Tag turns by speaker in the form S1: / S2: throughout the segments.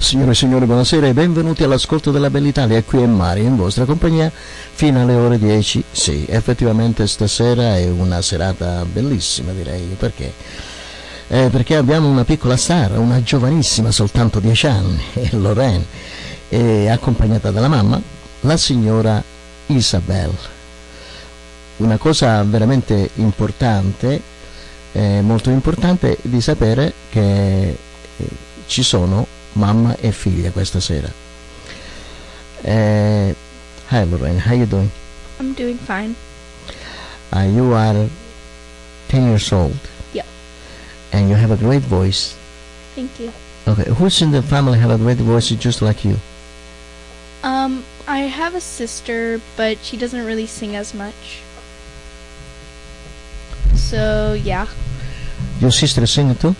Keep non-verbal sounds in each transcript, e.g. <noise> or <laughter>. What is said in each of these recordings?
S1: Signore e signori, buonasera e benvenuti all'ascolto della Bell'Italia. Qui è Mario in vostra compagnia fino alle ore 10. Sì, effettivamente stasera è una serata bellissima, direi, perché eh, perché abbiamo una piccola star, una giovanissima, soltanto 10 anni, <laughs> Lorraine, e accompagnata dalla mamma, la signora Isabel. Una cosa veramente importante, eh, molto importante, di sapere che eh, ci sono mamma e figlia questa sera. Eh, hi Lorraine, how you doing?
S2: I'm doing fine.
S1: Uh, you are 10 years old
S2: Yep.
S1: and you have a great voice.
S2: Thank you.
S1: Okay, who's in the family have a great voice just like you?
S2: Um, I have a sister, but she doesn't really sing as much. So, yeah.
S1: Your sister sing too?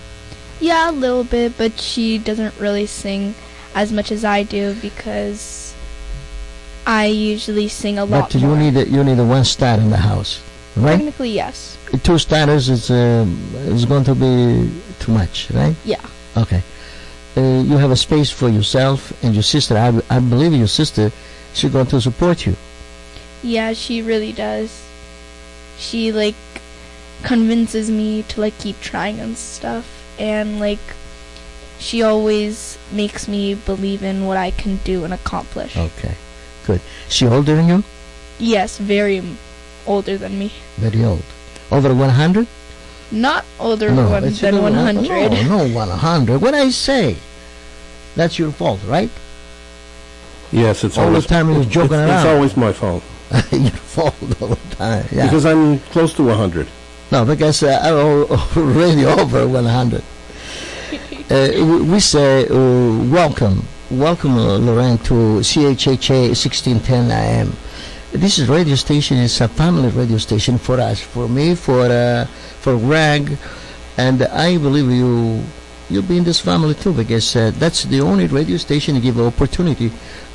S2: Yeah, a little bit, but she doesn't really sing as much as I do because I usually sing a lot
S1: but you
S2: more.
S1: need you need one star in the house, right?
S2: Technically, yes.
S1: Two stars is um, is going to be too much, right?
S2: Yeah.
S1: Okay. Uh, you have a space for yourself and your sister. I, I believe your sister, she's going to support you.
S2: Yeah, she really does. She like convinces me to like keep trying and stuff and like she always makes me believe in what I can do and accomplish.
S1: Okay. Good. She older than you?
S2: Yes, very m- older than me.
S1: Very old. Over 100?
S2: Not older
S1: no,
S2: one
S1: it's
S2: than
S1: no,
S2: 100.
S1: No, no, 100. What I say? That's your fault, right?
S3: Yes, it's
S1: All the
S3: always,
S1: time he was
S3: it's-
S1: joking
S3: it's,
S1: around.
S3: always my fault
S1: <laughs> your fault all the time. Yeah.
S3: because I'm close to 100.
S1: No, because uh, I'm al- <laughs> already over 100. Uh, we- we say uh, welcome, welcome, uh, Lorraine, to CHHA 1610 AM. This is radio station is a family radio station for us, for me, for uh, for Greg, and I believe you you'll be in this family too because uh, that's the only radio station that give opportunity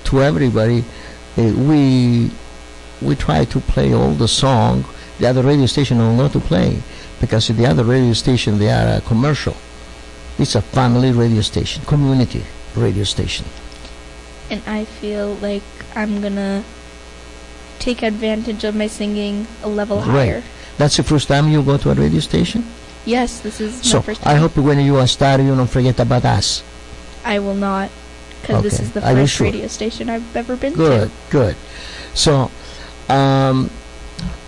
S1: to everybody. Uh, we we try to play all the song the other radio station will not to play because the other radio station they are uh, commercial it's a family radio station community radio station
S2: And I feel like I'm going to take advantage of my singing a level
S1: Right.
S2: higher.
S1: that's the first time you go to a radio station
S2: Yes, this is
S1: so
S2: my first time.
S1: i hope when you are starting you don't forget about us
S2: I will not, because this
S1: Okay.
S2: is the
S1: Are you
S2: first
S1: sure?
S2: radio station I've ever been
S1: good good so um,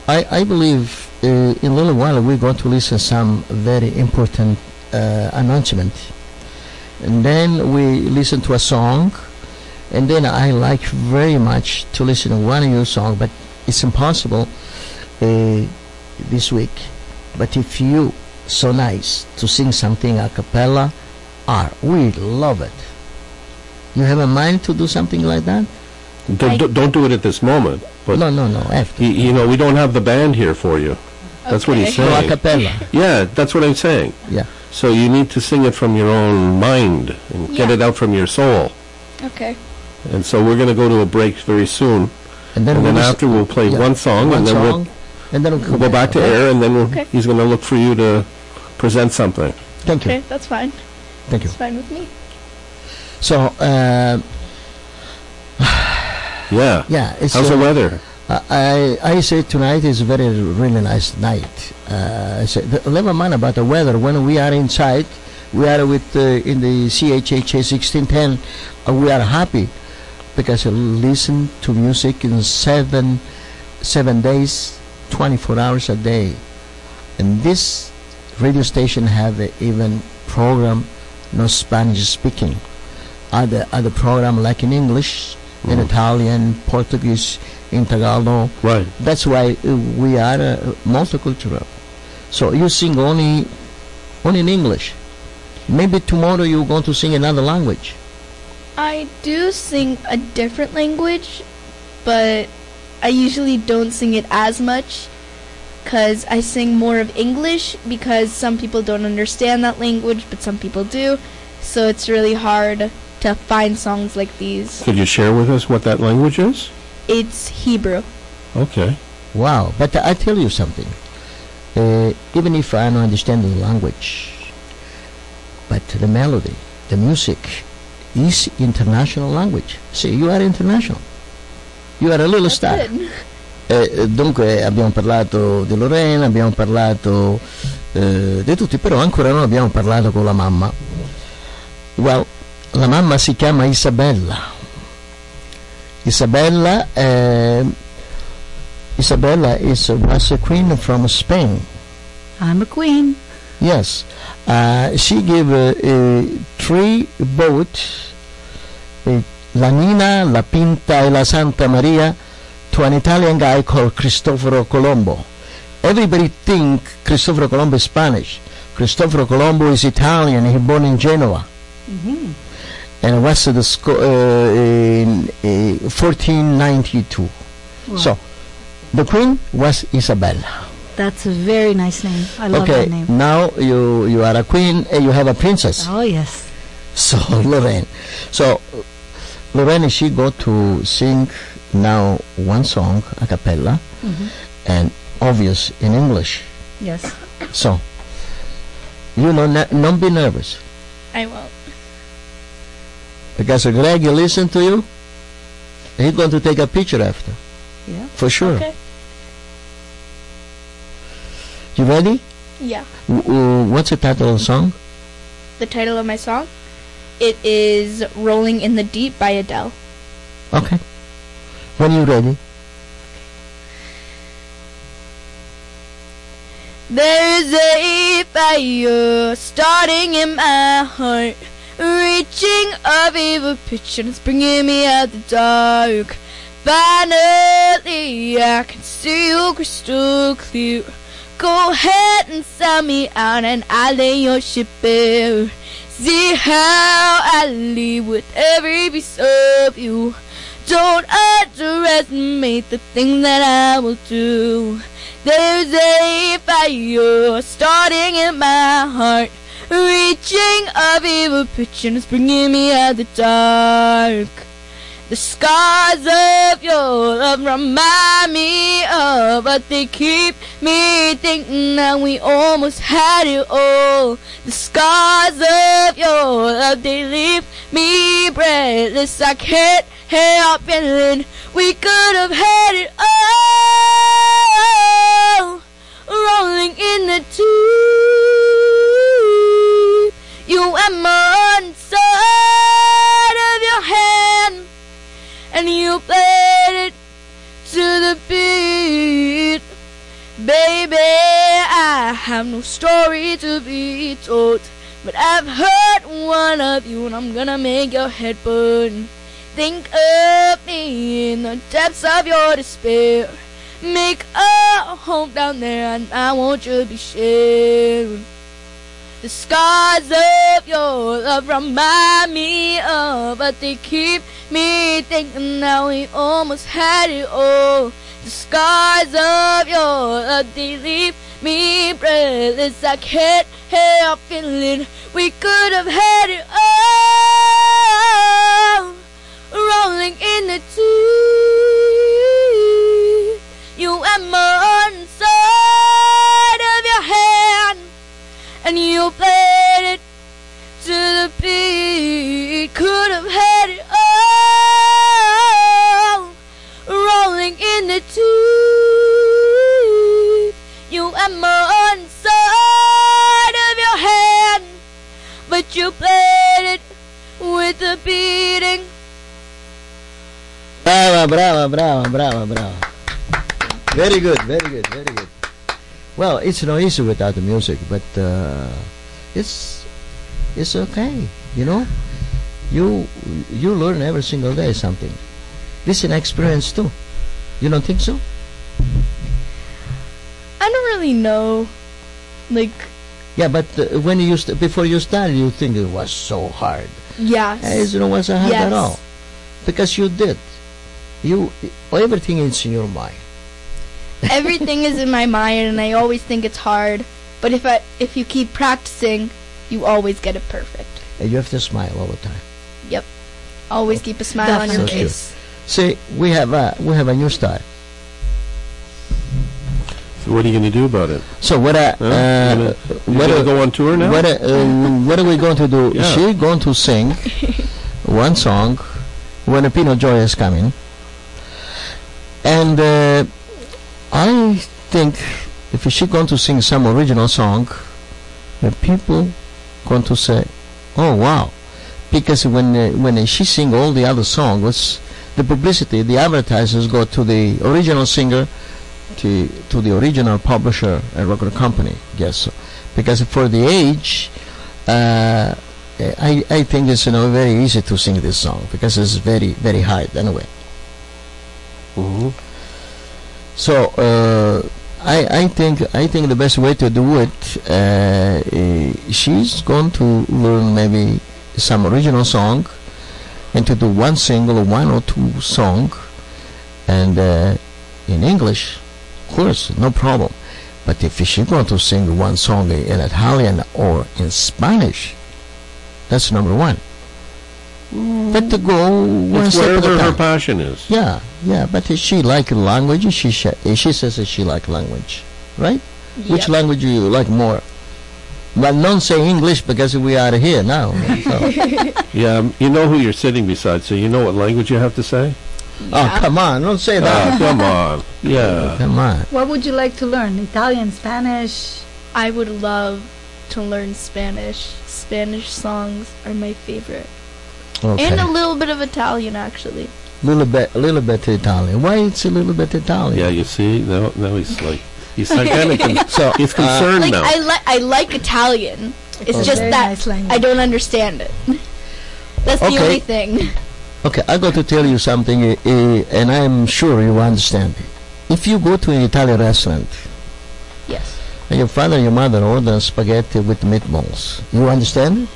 S1: I, I believe uh, in a little while we're going to listen some very important uh, announcement and then we listen to a song and then I like very much to listen to one of your song but it's impossible uh, this week but if you so nice to sing something a cappella are we love it you have a mind to do something like that
S3: Don't,
S2: I-
S3: don't- don't do it at this moment, but
S1: no, no, no. After.
S3: y- you know we don't have the band here for you. That's what he's
S2: Okay.
S1: No, a
S3: saying.
S1: cappella.
S3: Yeah, that's what I'm saying.
S1: Yeah.
S3: So you need to sing it from your own mind and get
S2: Yeah.
S3: it out from your soul.
S2: to. Okay.
S3: And so we're going to go to a break very soon,
S1: And then,
S3: and
S1: we'll
S3: then
S1: listen-
S3: after we'll play
S1: yeah,
S3: one song,
S1: one
S3: and then
S1: song, and then we'll
S3: we'll
S1: come
S3: go back to
S1: okay?
S3: air, and then we'll,
S2: Okay.
S3: he's going to look for you to present something.
S1: Thank you.
S2: Okay, that's fine.
S1: Thank you.
S2: It's fine with me.
S1: So, uh,
S3: Yeah.
S1: yeah, it's.
S3: How's
S1: uh,
S3: the weather?
S1: I I say tonight is very really nice night. Uh, I say, th- never mind about the weather. When we are inside, we are with uh, in the CHHA 1610. Uh, we are happy because you listen to music in seven seven days, 24 hours a day, and this radio station have a even program no Spanish speaking. Other other program like in English, in
S3: Mhm.
S1: Italian, Portuguese, in Tagalog.
S3: Right.
S1: That's why uh, we are uh, multicultural. So you sing only, only in English. Maybe tomorrow you're going to sing another language.
S2: I do sing a different language, but I usually don't sing it as much because I sing more of English because some people don't understand that language, but some people do. So it's really hard to find songs like these.
S3: Could you share with us what that language is?
S2: It's Hebrew.
S3: Okay.
S1: Wow! But I tell you something. Uh, even if I don't understand the language, but the melody, the music, is international language. See, you are international. You are a little star.
S2: Good.
S1: Eh, dunque abbiamo parlato di Lorena, abbiamo parlato eh, di tutti, però ancora non abbiamo parlato con la mamma. Well, la mamma si chiama Isabella. Isabella, eh, Isabella is, was a queen from Spain.
S4: I'm a queen.
S1: Yes, uh, she gave uh, uh, three boats, uh, La Nina, La Pinta, and La Santa Maria, to an Italian guy called Cristoforo Colombo. Everybody think Cristoforo Colombo is Spanish. Cristoforo Colombo is Italian. He born in Genoa,
S4: hmm
S1: and was the sco- uh, in uh, 1492. So, the queen was Isabella.
S4: that's a very nice name. I love
S1: okay,
S4: that name.
S1: now you you are a queen and you have a princess.
S4: Oh yes.
S1: So <laughs> Lorraine, so Lorraine, she go to sing now one song a cappella, and obvious in English.
S4: Yes.
S1: So you know, not, don't be nervous
S2: <laughs> I won't.
S1: because Greg, you listen to you. He's going to take a picture after
S4: Yeah.
S1: for sure.
S2: Okay.
S1: You ready?
S2: Yeah.
S1: W- w- what's the title of the song?
S2: The title of my song. It is "Rolling in the Deep" by Adele.
S1: Okay. When you ready?
S2: There is a fire starting in my heart, reaching a fever pitch and it's bringing me out the dark. Finally, I can see you crystal clear. Go ahead and sell me out, and I'll lay your ship bare. See how I leave with every piece of you. Don't underestimate the thing that I will do. There's a fire starting in my heart, reaching a fever pitch and it's bringing me out the dark. The scars of your love remind me of, but they keep me thinking that we almost had it all. The scars of your love, they leave me breathless. I can't help feeling we could have had it all. Rolling in the deep, you am inside of your hand and you played it to the beat. Baby, I have no story to be told, but I've heard one of you, and I'm gonna make your head burn. Think of me in the depths of your despair. Make a home down there, and I want you to be sharing. The scars of your love remind me of, but they keep me thinking that we almost had it all. The scars of your love, they leave me breathless. I can't help feeling we could have had it all. Rolling in the deep, you are more inside of your hand and you played it to the beat. Could have had it all, rolling in the deep. You are more inside of your hand, but you played it with the beating.
S1: Brava, brava, brava, brava, brava. Very good, very good, very good. Well, it's no easy without the music, but uh, it's it's okay, you know. You you learn every single day something. This is an experience too. You don't think so?
S2: I don't really know, like,
S1: Yeah, but uh, when you st- before you started, you think it was so hard. Eh,
S2: yes,
S1: It wasn't hard at
S2: Yes.
S1: all, because you did. You everything is in your mind.
S2: everything is in my mind, and I always think it's hard. But if I if you keep practicing, you always get it perfect.
S1: and You have to smile all the time.
S2: Yep.
S1: Oh,
S2: Always keep a smile on your
S1: Definitely.
S2: face.
S1: See, we have a we have a new star.
S3: So what are you going to do about it?
S1: So what? Uh,
S3: Huh?
S1: uh,
S3: you
S1: what?
S3: going
S1: uh,
S3: to go on tour now?
S1: what? uh, uh, what are we going to do?
S3: <laughs> Yeah.
S1: She's going to sing one song when a Pinot Joy is coming. And uh, I think if she going to sing some original song, the people going to say, "Oh wow," because when uh, when she sing all the other songs, the publicity, the advertisers go to the original singer, to to the original publisher and record company. Yes, so. because for the age. Uh, I, I think it's you know very easy to sing this song because it's very very high anyway.
S3: Mhm.
S1: So uh, I I think I think the best way to do it, uh, eh, she's going to learn maybe some original song, and to do one single or one or two song, and uh, in English, of course, no problem. But if she's going to sing one song in Italian or in Spanish, that's number one. But to go one
S3: It's
S1: step at a
S3: wherever her
S1: time.
S3: passion is.
S1: Yeah, yeah, but if she like language. She sh- she says that she like language, right? Which
S2: Yep.
S1: language you like more? Well, don't say English because we are here
S2: <laughs>
S1: now. so-
S3: Yeah, um, you know who you're sitting beside, so you know what language you have to say?
S1: Oh, come on, don't say that.
S3: Ah, come on.
S2: Uh.
S3: Yeah.
S1: Come on.
S4: What would you like to learn? Italian, Spanish?
S2: I would love to learn Spanish. Spanish songs are my favorite.
S1: Okay.
S2: And a little bit of Italian, actually.
S1: little bit, a little bit Italian. Why it's a little bit Italian?
S3: Yeah, you see? Now, now he's like,
S2: <laughs>
S3: he's kind of
S1: So
S3: he's
S1: uh,
S3: concerned
S2: Like
S3: now.
S2: I like I like Italian. It's
S1: Okay.
S2: just
S4: Very
S2: that
S4: nice language.
S2: I don't understand it. <laughs> That's
S1: Okay.
S2: the only thing.
S1: <laughs> Okay, I got to tell you something, eh, eh, and I'm sure you understand. If you go to an Italian restaurant
S2: Yes.
S1: and your father and your mother order spaghetti with meatballs, you understand?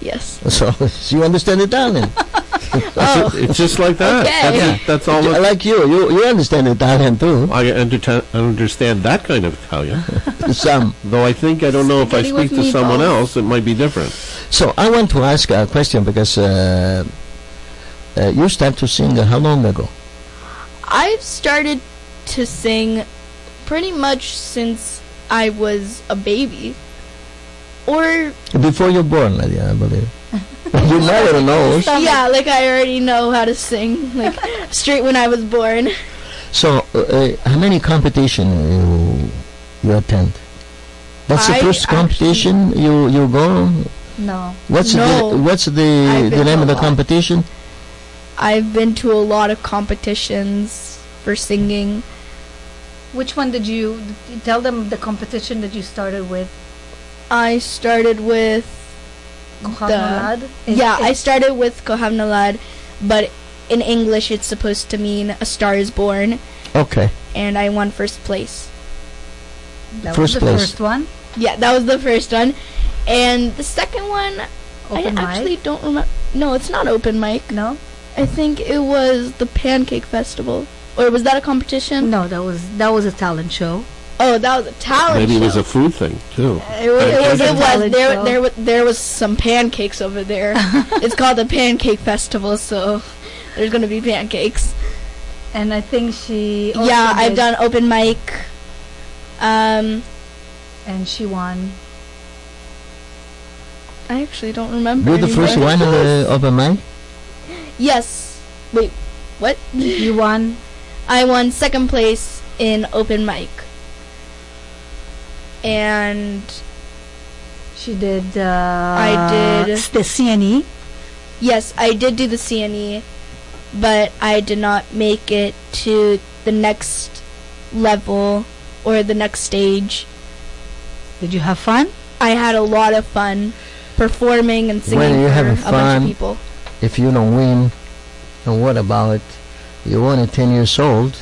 S2: Yes.
S1: <laughs> So you understand Italian?
S2: Oh.
S3: It's- it's just like that.
S2: Okay.
S3: That's,
S1: Yeah.
S3: that's all.
S1: I
S3: That,
S1: like you, you, you understand Italian too.
S3: <laughs> I underta- understand that kind of Italian,
S1: Some.
S3: though I think I don't know if I
S2: Spaghetti with
S3: speak to someone
S2: meatballs.
S3: else, it might be different.
S1: So I want to ask a question because uh, uh, you start to sing how long ago?
S2: I've started to sing pretty much since I was a baby. Or
S1: Before you were born, Nadia, I believe. you never know.
S2: yeah, like I already know how to sing like straight when I was born.
S1: So uh, uh, how many competition you you attend? That's the
S2: I
S1: first
S2: actually-
S1: competition you you go.
S4: No.
S1: What's the
S2: No.
S1: what's the
S2: I've
S1: the
S2: been
S1: name of the
S2: a lot.
S1: competition?
S2: I've been to a lot of competitions for singing.
S4: Which one did you d- tell them the competition that you started with?
S2: I started with
S4: Kohan
S2: The-
S4: Olad? It-
S2: yeah, I
S4: it-
S2: started with Kohamnalad, but in English it's supposed to mean a star is born
S1: Okay.
S2: and I won first place.
S4: that
S1: first
S4: was the
S1: place.
S4: first one.
S2: Yeah, that was the first one. And the second one
S4: Open
S2: I
S4: mic.
S2: actually don't remember. No, it's not open mic.
S4: no,
S2: I think it was the Pancake Festival. Or was that a competition?
S4: no, that was that was a talent show.
S2: Oh, that was a talent
S3: Maybe
S2: show.
S3: it was a food thing, too.
S2: It was. It was.
S4: a
S2: It was.
S4: talent
S2: There,
S4: show.
S2: there, wa- there was some pancakes over there.
S4: <laughs>
S2: it's called the Pancake Festival, so there's gonna be pancakes.
S4: And I think she. also
S2: yeah, I've
S4: did-
S2: done open mic. Um,
S4: And she won.
S2: I actually don't remember.
S1: You're the
S2: anymore.
S1: first one uh, of a mic.
S2: Yes. Wait. What?
S4: You won.
S2: I won second place in open mic. And
S4: She did. Uh,
S2: I did-
S4: the E. CNE.
S2: yes, I did do the CNE, but I did not make it to the next level or the next stage.
S4: Did you have fun?
S2: I had a lot of fun performing and singing
S1: Well, you
S2: for
S1: having
S2: a bunch
S1: fun.
S2: of people.
S1: If you don't win, and what about you're only ten years old?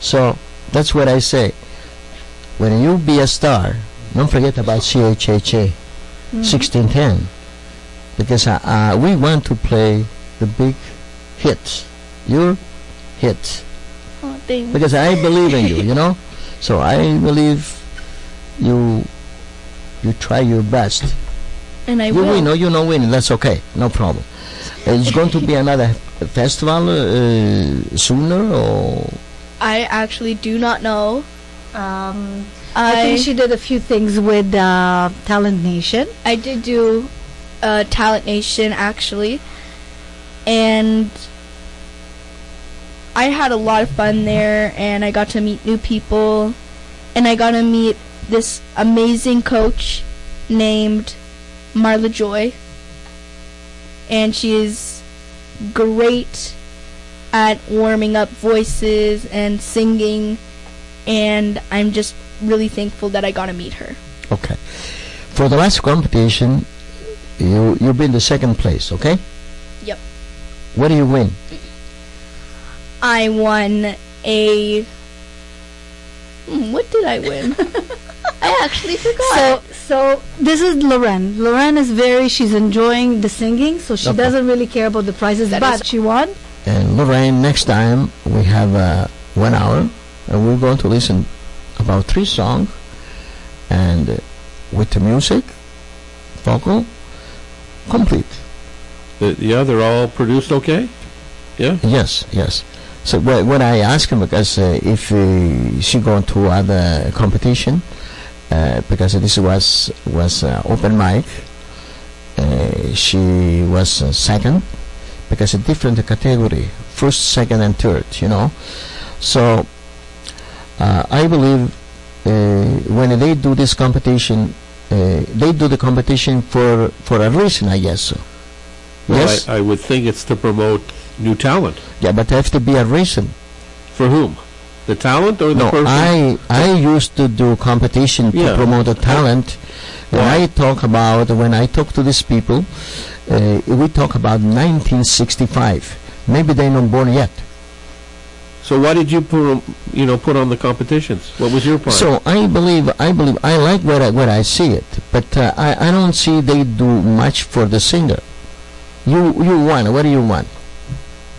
S1: So that's what I say. When you be a star, don't forget about CHHA. 1610 because uh, uh, we want to play the big hits your hits
S2: Oh, thank
S1: because i believe in you you know so i believe you you try your best
S2: And I
S1: you
S2: will.
S1: win or you no win that's okay no problem Uh, it's going to be another festival uh, sooner or
S2: I actually do not know.
S4: Um, I,
S2: I
S4: think she did a few things with uh, Talent Nation.
S2: I did do uh, Talent Nation actually. and I had a lot of fun there, and I got to meet new people, and I got to meet this amazing coach named Marla Joy, and she is great at warming up voices and singing, and I'm just really thankful that I got to meet her.
S1: Okay. For the last competition, you you've been the second place, okay?
S2: Yep.
S1: What do you win?
S2: I won a. Hmm, what did I <laughs> win? I actually forgot.
S4: So, so this is Lorraine. Lorraine is very, she's enjoying the singing, so she
S1: Okay.
S4: doesn't really care about the prizes,
S2: That
S4: but
S2: is-
S4: she won.
S1: And Lorraine, next time we have uh, one hour, and we're going to listen about three songs, and uh, with the music, vocal, complete.
S3: Uh, Yeah, they're all produced okay? Yeah?
S1: Yes, yes. So wh- when I ask him because uh, if uh, she going to other competition, uh, because this was was uh, open mic, uh, she was uh, second, because a different category, first, second, and third. You know, so uh, I believe uh, when they do this competition, uh, they do the competition for for a reason. I guess so.
S3: Well,
S1: yes.
S3: I I would think it's to promote new talent.
S1: yeah, but there have to be a reason.
S3: For whom? The talent or the
S1: No,
S3: person?
S1: I I used to do competition to
S3: Yeah.
S1: promote the talent. When
S3: Why?
S1: I talk about when I talk to these people, uh, we talk about 1965. Maybe they're not born yet.
S3: So why did you put, you know, put on the competitions? What was your part?
S1: So I believe I believe I like where I, where I see it, but uh, I I don't see they do much for the singer. You you want what do you want?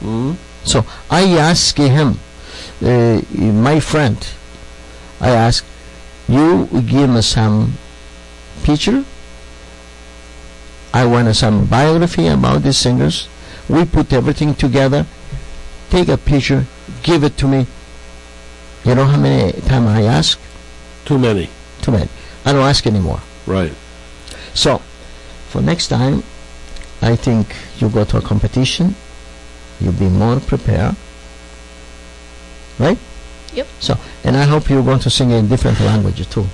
S3: Hmm?
S1: So I ask him, uh, my friend, I ask, you give me some picture. I want some biography about these singers. We put everything together. Take a picture, give it to me. You know how many time I ask?
S3: Too many.
S1: Too many. I don't ask anymore.
S3: Right.
S1: So, for next time, I think you go to a competition, you'll be more prepared, right?
S2: Yep.
S1: So, and I hope you're going to sing in different languages too.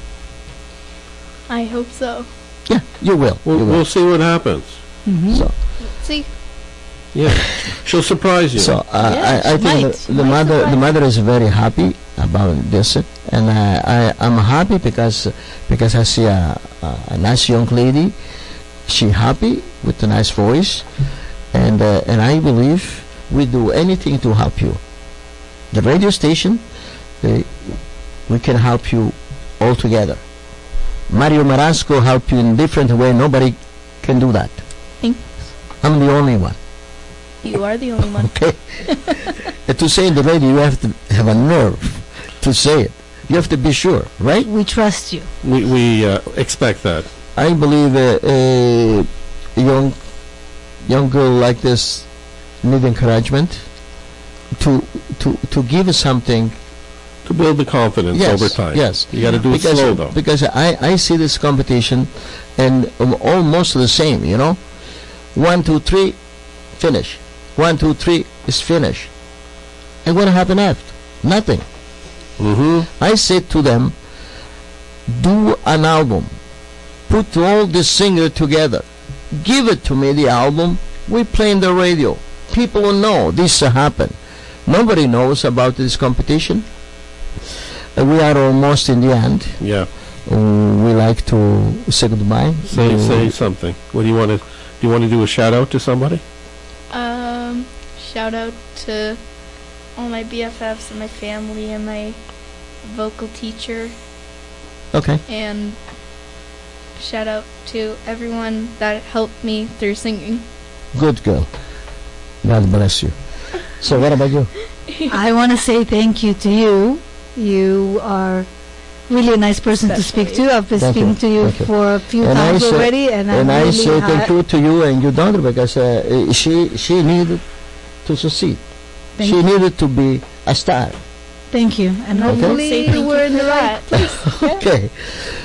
S2: I hope so.
S1: Yeah, you will.
S3: We'll,
S1: you
S3: we'll
S1: will.
S3: see what happens.
S1: So,
S2: See,
S1: <laughs>
S3: Yeah. She'll surprise you.
S1: so uh,
S4: Yeah,
S1: I, I
S4: she
S1: think
S4: might.
S1: the, the
S4: Might
S1: mother, the
S4: surprise.
S1: mother is very happy about this, and I, I, I'm happy because because I see a, a, a nice young lady. She happy with a nice voice, and uh, and I believe we do anything to help you. The radio station, uh, we can help you all together. Mario Marasco help you in different way. Nobody can do that.
S2: Thanks.
S1: I'm the only one.
S2: you are the only one.
S1: Okay. <laughs> And to say in the radio, you have to have a nerve to say it. You have to be sure, right?
S4: We
S2: <laughs>
S4: trust you.
S3: we we uh, expect that.
S1: I believe uh, a young young girl like this need encouragement to to to give something.
S3: To build the confidence
S1: yes,
S3: over time.
S1: yes.
S3: You got to do
S1: because
S3: it slow, though.
S1: because I I see this competition, and um, almost the same. You know, one two three, finish. One two three is finish. And what happened after? Nothing.
S3: hmm
S1: I said to them, do an album. Put all the singer together. Give it to me, the album. We play in the radio. People will know this happened. Nobody knows about this competition. Uh, we are almost in the end.
S3: Yeah.
S1: Uh, we like to say goodbye.
S3: Say
S1: to-
S3: say something. What do you want to? Do you want to do a shout out to somebody?
S2: Um, shout out to all my BFFs and my family and my vocal teacher,
S1: Okay.
S2: and shout out to everyone that helped me through singing.
S1: Good girl. God bless you. So what about you?
S4: I want to say thank you to you. You are really a nice person to speak
S2: Especially.
S4: to. I've been
S1: Thank you.
S4: speaking to you
S1: Thank you.
S4: for a few
S1: And I
S4: times
S1: say-
S4: already, and,
S1: and
S4: I'm
S1: I
S4: really
S1: say
S4: ha-
S1: thank you to you and your daughter because uh, uh, she she needed to succeed.
S4: Thank
S1: she
S4: you.
S1: needed to be a star.
S4: Thank you, and
S1: Okay.
S4: hopefully
S2: Say thank
S4: you
S2: you
S4: were in
S2: for
S4: the right
S2: that.
S4: place.
S1: Okay.